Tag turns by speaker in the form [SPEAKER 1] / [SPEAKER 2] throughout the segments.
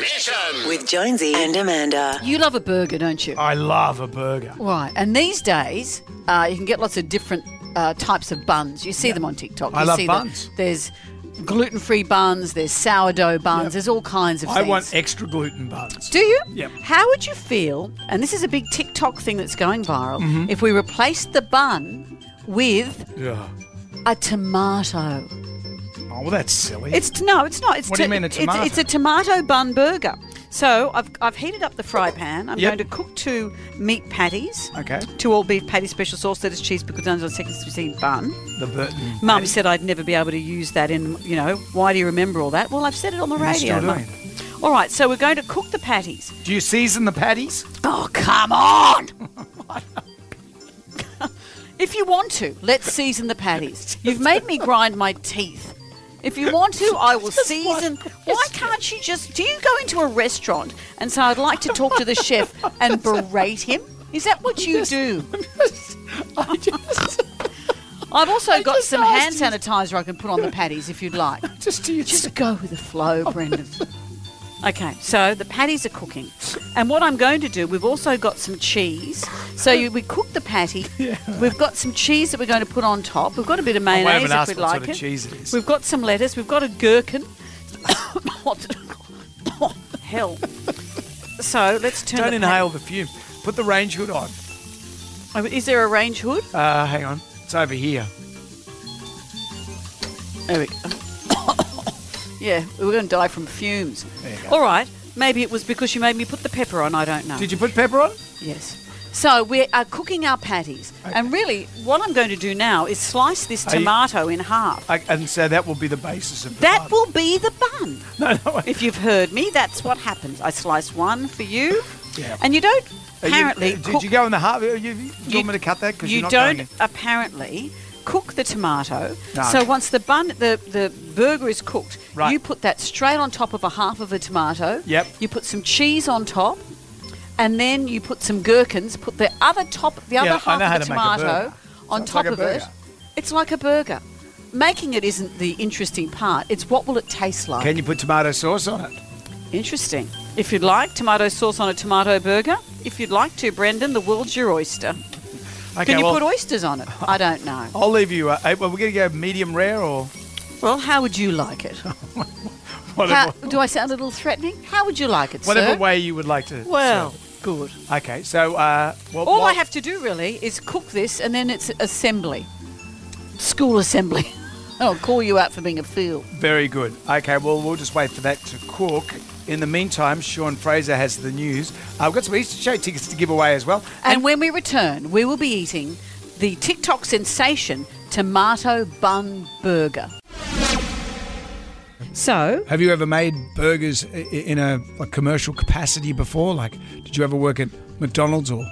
[SPEAKER 1] Mission.
[SPEAKER 2] With Jonesy and Amanda.
[SPEAKER 3] You love a burger, don't you?
[SPEAKER 4] I love a burger.
[SPEAKER 3] Right. And these days, uh, you can get lots of different uh, types of buns. You see them on TikTok. You
[SPEAKER 4] I love
[SPEAKER 3] see
[SPEAKER 4] buns.
[SPEAKER 3] Them. There's gluten-free buns. There's sourdough buns. There's all kinds of
[SPEAKER 4] I
[SPEAKER 3] things.
[SPEAKER 4] want extra gluten buns.
[SPEAKER 3] Do you?
[SPEAKER 4] Yep.
[SPEAKER 3] How would you feel? And this is a big TikTok thing that's going viral.
[SPEAKER 4] Mm-hmm.
[SPEAKER 3] If we replaced the bun with
[SPEAKER 4] Yeah.
[SPEAKER 3] a tomato.
[SPEAKER 4] Oh, well, that's silly.
[SPEAKER 3] It's no, it's not. It's
[SPEAKER 4] What do you mean a tomato?
[SPEAKER 3] It's, it's a tomato bun burger. So I've, I've heated up the fry pan. I'm
[SPEAKER 4] Yep.
[SPEAKER 3] going to cook two meat patties.
[SPEAKER 4] Okay.
[SPEAKER 3] Two all beef patties, special sauce, lettuce, cheese, pickled onions on second sweet bun.
[SPEAKER 4] the Burton.
[SPEAKER 3] Mum said I'd never be able to use that in, you know, why do you remember all that? Well, I've said it on the
[SPEAKER 4] You're
[SPEAKER 3] radio.
[SPEAKER 4] still
[SPEAKER 3] Mum.
[SPEAKER 4] doing
[SPEAKER 3] All right, so we're going to cook the patties.
[SPEAKER 4] Do you season the patties?
[SPEAKER 3] Oh, come on! if you want to, let's season the patties. You've made me grind my teeth. If you want to, I will season. Why can't you just. Do you go into a restaurant and say, I'd like to talk to the chef and berate him? Is that what you do?
[SPEAKER 4] I just,
[SPEAKER 3] I've also got
[SPEAKER 4] just
[SPEAKER 3] some hand
[SPEAKER 4] asked
[SPEAKER 3] sanitizer I can put on the patties if you'd like.
[SPEAKER 4] just do you
[SPEAKER 3] Just go with the flow, Brendan. Oh. Okay, so the patties are cooking. And what I'm going to do, we've also got some cheese. So you, we cook the patty. We've got some cheese that we're going to put on top. We've got a bit of
[SPEAKER 4] I
[SPEAKER 3] mayonnaise
[SPEAKER 4] haven't
[SPEAKER 3] if
[SPEAKER 4] asked
[SPEAKER 3] we'd
[SPEAKER 4] what
[SPEAKER 3] like
[SPEAKER 4] sort of
[SPEAKER 3] it.
[SPEAKER 4] cheese it is.
[SPEAKER 3] We've got some lettuce. We've got a gherkin. what oh, hell? So let's turn.
[SPEAKER 4] Don't
[SPEAKER 3] the
[SPEAKER 4] inhale the fume. Put the range hood on.
[SPEAKER 3] patty- Oh, Is there a range hood?
[SPEAKER 4] Uh, hang on. It's over here.
[SPEAKER 3] There we go. yeah, we were going to die from fumes.
[SPEAKER 4] There you go.
[SPEAKER 3] All right. Maybe it was because you made me put the pepper on. I don't know.
[SPEAKER 4] Did you put pepper on?
[SPEAKER 3] Yes. So we are cooking our patties, and really, what I'm going to do now is slice this
[SPEAKER 4] Are you-
[SPEAKER 3] tomato in half.
[SPEAKER 4] I, and so that will be the basis of the
[SPEAKER 3] That
[SPEAKER 4] bun.
[SPEAKER 3] will be the bun.
[SPEAKER 4] No, no. I-
[SPEAKER 3] If you've heard me, that's what happens. I slice one for you,
[SPEAKER 4] Yeah.
[SPEAKER 3] and you don't
[SPEAKER 4] Are you- uh,
[SPEAKER 3] apparently.
[SPEAKER 4] did
[SPEAKER 3] cook-
[SPEAKER 4] you go in the half? You, you, do you, want me to cut that? Because
[SPEAKER 3] you
[SPEAKER 4] are not
[SPEAKER 3] don't
[SPEAKER 4] Going in.
[SPEAKER 3] apparently cook the tomato.
[SPEAKER 4] No.
[SPEAKER 3] So once the bun, the the burger is cooked,
[SPEAKER 4] Right.
[SPEAKER 3] you put that straight on top of a half of a tomato.
[SPEAKER 4] Yep.
[SPEAKER 3] You put some cheese on top, and then you put some gherkins. Put the other top, the other
[SPEAKER 4] I
[SPEAKER 3] half
[SPEAKER 4] know how
[SPEAKER 3] of the
[SPEAKER 4] to make a
[SPEAKER 3] tomato
[SPEAKER 4] burger.
[SPEAKER 3] on
[SPEAKER 4] Sounds
[SPEAKER 3] top
[SPEAKER 4] like a
[SPEAKER 3] of it.
[SPEAKER 4] burger.
[SPEAKER 3] It's like a burger. Making it isn't the interesting part. It's what will it taste like?
[SPEAKER 4] Can you put tomato sauce on it?
[SPEAKER 3] Interesting. If you'd like, tomato sauce on a tomato burger. If you'd like to, Brendan, the world's your oyster.
[SPEAKER 4] Okay,
[SPEAKER 3] Can you
[SPEAKER 4] well,
[SPEAKER 3] put oysters on it? I don't know.
[SPEAKER 4] I'll leave you. Uh, eh, well, we're going to go medium rare or
[SPEAKER 3] Oh, Well, how would you like it? How,
[SPEAKER 4] whatever,
[SPEAKER 3] do I sound a little threatening? How would you like it,
[SPEAKER 4] whatever
[SPEAKER 3] sir?
[SPEAKER 4] way you would like to.
[SPEAKER 3] Well, good.
[SPEAKER 4] serve. Okay, so uh, well,
[SPEAKER 3] All I
[SPEAKER 4] what-
[SPEAKER 3] have to do really is cook this, and then it's assembly, school assembly. I'll call you out for being a fool.
[SPEAKER 4] Very good. Okay, well, we'll just wait for that to cook. In the meantime, Sean Fraser has the news. Uh, we've got some Easter show tickets to give away as well.
[SPEAKER 3] And when we return, we will be eating the TikTok sensation tomato bun burger. So,
[SPEAKER 4] Have you ever made burgers i- in a, a commercial capacity before? Like, did you ever work at McDonald's or?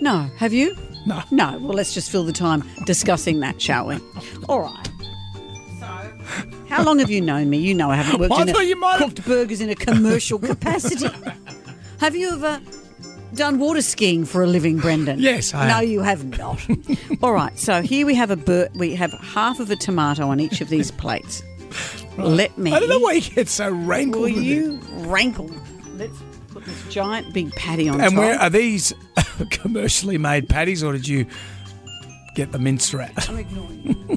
[SPEAKER 3] no, have you?
[SPEAKER 4] No.
[SPEAKER 3] No. Well, let's just fill the time discussing that, shall we? All right. So, how long have you known me? You know I haven't worked
[SPEAKER 4] I
[SPEAKER 3] in a,
[SPEAKER 4] thought you might have-
[SPEAKER 3] cooked burgers in a commercial capacity. Have you ever done water skiing for a living, Brendan?
[SPEAKER 4] Yes, I
[SPEAKER 3] No,
[SPEAKER 4] have.
[SPEAKER 3] you have not. All right. So here we have a bur- we have half of a tomato on each of these plates. Let me.
[SPEAKER 4] I don't know why you get so rankled.
[SPEAKER 3] Will
[SPEAKER 4] with it.
[SPEAKER 3] you rankle? Let's put this giant big patty on
[SPEAKER 4] And
[SPEAKER 3] top.
[SPEAKER 4] where are these commercially made patties, or did you get the mincer out?
[SPEAKER 3] I'm ignoring you.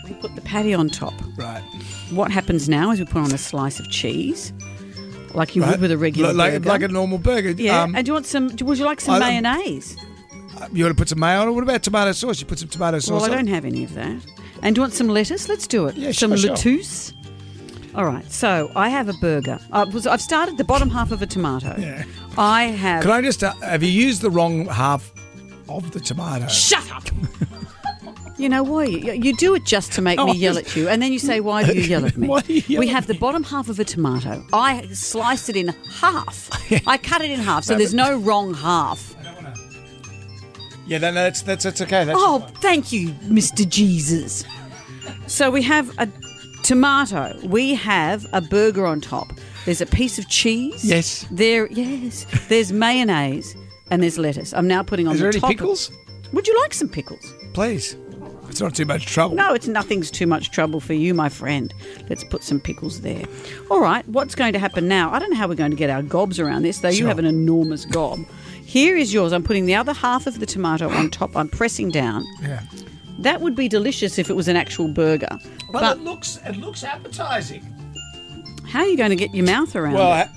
[SPEAKER 3] we put the patty on top.
[SPEAKER 4] right.
[SPEAKER 3] What happens now is we put on a slice of cheese, like you
[SPEAKER 4] Right.
[SPEAKER 3] would with a regular
[SPEAKER 4] like,
[SPEAKER 3] burger.
[SPEAKER 4] like a normal burger.
[SPEAKER 3] yeah,
[SPEAKER 4] Um,
[SPEAKER 3] and do you want some? do- Would you like some
[SPEAKER 4] I-
[SPEAKER 3] mayonnaise?
[SPEAKER 4] you want to put some mayo on it? What about tomato sauce? You put some tomato
[SPEAKER 3] Well,
[SPEAKER 4] sauce
[SPEAKER 3] I
[SPEAKER 4] on it?
[SPEAKER 3] don't have any of that. And do you want some lettuce? Let's do it.
[SPEAKER 4] Yeah,
[SPEAKER 3] some
[SPEAKER 4] sure, sure.
[SPEAKER 3] lettuce. All right. So I have a burger. I was, I've started the bottom half of a tomato.
[SPEAKER 4] Yeah.
[SPEAKER 3] I have.
[SPEAKER 4] Can I just uh, have you used the wrong half of the tomato?
[SPEAKER 3] Shut up. You know why? You, you do it just to make
[SPEAKER 4] No,
[SPEAKER 3] me
[SPEAKER 4] Oh, I
[SPEAKER 3] yell
[SPEAKER 4] just-
[SPEAKER 3] at you, and then you say, "Why do you yell at me?"
[SPEAKER 4] Why do you yell
[SPEAKER 3] we
[SPEAKER 4] at
[SPEAKER 3] have the bottom half of a tomato. I sliced it in half. I cut it in half, so there's no wrong half.
[SPEAKER 4] Yeah, no, no, that's that's that's okay. That's
[SPEAKER 3] Oh,
[SPEAKER 4] fine.
[SPEAKER 3] thank you, Mr. Jesus. So we have a tomato. We have a burger on top. There's a piece of cheese.
[SPEAKER 4] Yes.
[SPEAKER 3] There. Yes. There's mayonnaise and there's lettuce. I'm now putting on
[SPEAKER 4] Is
[SPEAKER 3] the
[SPEAKER 4] there any
[SPEAKER 3] top.
[SPEAKER 4] pickles?
[SPEAKER 3] Would you like some pickles?
[SPEAKER 4] Please. It's not too much trouble.
[SPEAKER 3] No, it's nothing's too much trouble for you, my friend. Let's put some pickles there. All right, what's going to happen now? I don't know how we're going to get our gobs around this, though. You
[SPEAKER 4] Sure.
[SPEAKER 3] have an enormous gob. Here is yours. I'm putting the other half of the tomato on top. I'm pressing down.
[SPEAKER 4] Yeah.
[SPEAKER 3] That would be delicious if it was an actual burger. But,
[SPEAKER 4] looks it looks appetizing.
[SPEAKER 3] how are you going to get your mouth around
[SPEAKER 4] Well,
[SPEAKER 3] it?
[SPEAKER 4] I-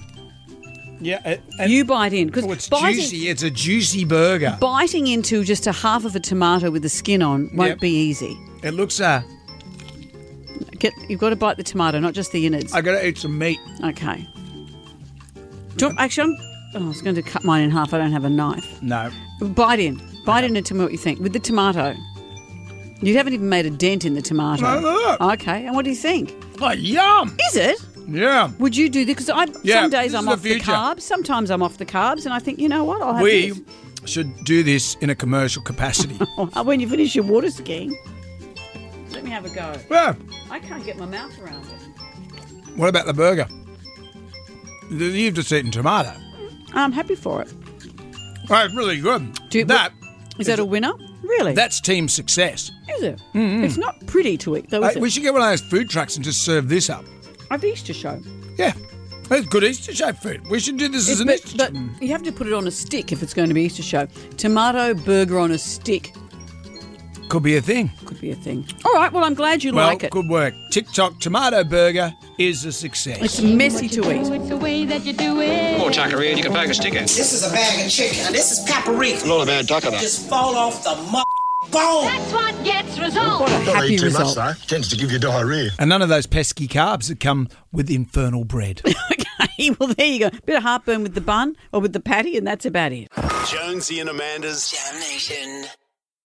[SPEAKER 4] yeah. It, and-
[SPEAKER 3] you bite in because
[SPEAKER 4] oh, it's
[SPEAKER 3] biting,
[SPEAKER 4] juicy. It's a juicy burger.
[SPEAKER 3] biting into just a half of a tomato with the skin on won't
[SPEAKER 4] Yep.
[SPEAKER 3] be easy.
[SPEAKER 4] It looks. Uh,
[SPEAKER 3] Get, you've got to bite the tomato, not just the innards.
[SPEAKER 4] I gotta eat some meat.
[SPEAKER 3] Okay. Do you, actually, I'm, oh, I was going to cut mine in half. I don't have a knife.
[SPEAKER 4] No.
[SPEAKER 3] Bite in. Bite in and tell me what you think. With the tomato. You haven't even made a dent in the tomato.
[SPEAKER 4] No, no,
[SPEAKER 3] Okay. And what do you think?
[SPEAKER 4] Oh, yum.
[SPEAKER 3] Is it?
[SPEAKER 4] Yeah.
[SPEAKER 3] Would you do this? Because I
[SPEAKER 4] Yeah,
[SPEAKER 3] some days
[SPEAKER 4] this
[SPEAKER 3] I'm
[SPEAKER 4] is the
[SPEAKER 3] off the,
[SPEAKER 4] future.
[SPEAKER 3] carbs. Sometimes I'm off the carbs, and I think you know what? I'll have
[SPEAKER 4] We
[SPEAKER 3] this.
[SPEAKER 4] should do this in a commercial capacity.
[SPEAKER 3] Oh, when you finish your water skiing. Let me have a go.
[SPEAKER 4] yeah.
[SPEAKER 3] I can't get my mouth around it.
[SPEAKER 4] What about the burger? You've just eaten tomato.
[SPEAKER 3] I'm happy for it.
[SPEAKER 4] Oh, it's really good.
[SPEAKER 3] Do you-
[SPEAKER 4] that
[SPEAKER 3] Is that a winner? Really?
[SPEAKER 4] that's team success.
[SPEAKER 3] is it. It's not pretty to eat, though,
[SPEAKER 4] Mm-hmm. Uh,
[SPEAKER 3] is it?
[SPEAKER 4] we should get one of those food trucks and just serve this up.
[SPEAKER 3] I've Easter show.
[SPEAKER 4] Yeah, that's good Easter show food. We should do this as an
[SPEAKER 3] but,
[SPEAKER 4] Easter.
[SPEAKER 3] but you have to put it on a stick if it's going to be Easter show. Tomato burger on a stick
[SPEAKER 4] Could be a thing.
[SPEAKER 3] could be a thing. All right, well, I'm glad you
[SPEAKER 4] Well,
[SPEAKER 3] like it.
[SPEAKER 4] good work. TikTok tomato burger is a success.
[SPEAKER 3] It's messy to eat.
[SPEAKER 1] It's the way that you do it.
[SPEAKER 5] More taqueria, you can pack a sticker.
[SPEAKER 6] This is a bag of chicken. and This is paprika.
[SPEAKER 5] Not a bad duck of
[SPEAKER 6] Just fall off the mother bone.
[SPEAKER 1] That's what gets results.
[SPEAKER 3] Happy result.
[SPEAKER 7] though. Tends to give you diarrhea.
[SPEAKER 4] and none of those pesky carbs that come with infernal bread.
[SPEAKER 3] okay, well, there you go. Bit of heartburn with the bun or with the patty, and that's about it.
[SPEAKER 8] Jonesy and Amanda's
[SPEAKER 2] Damnation.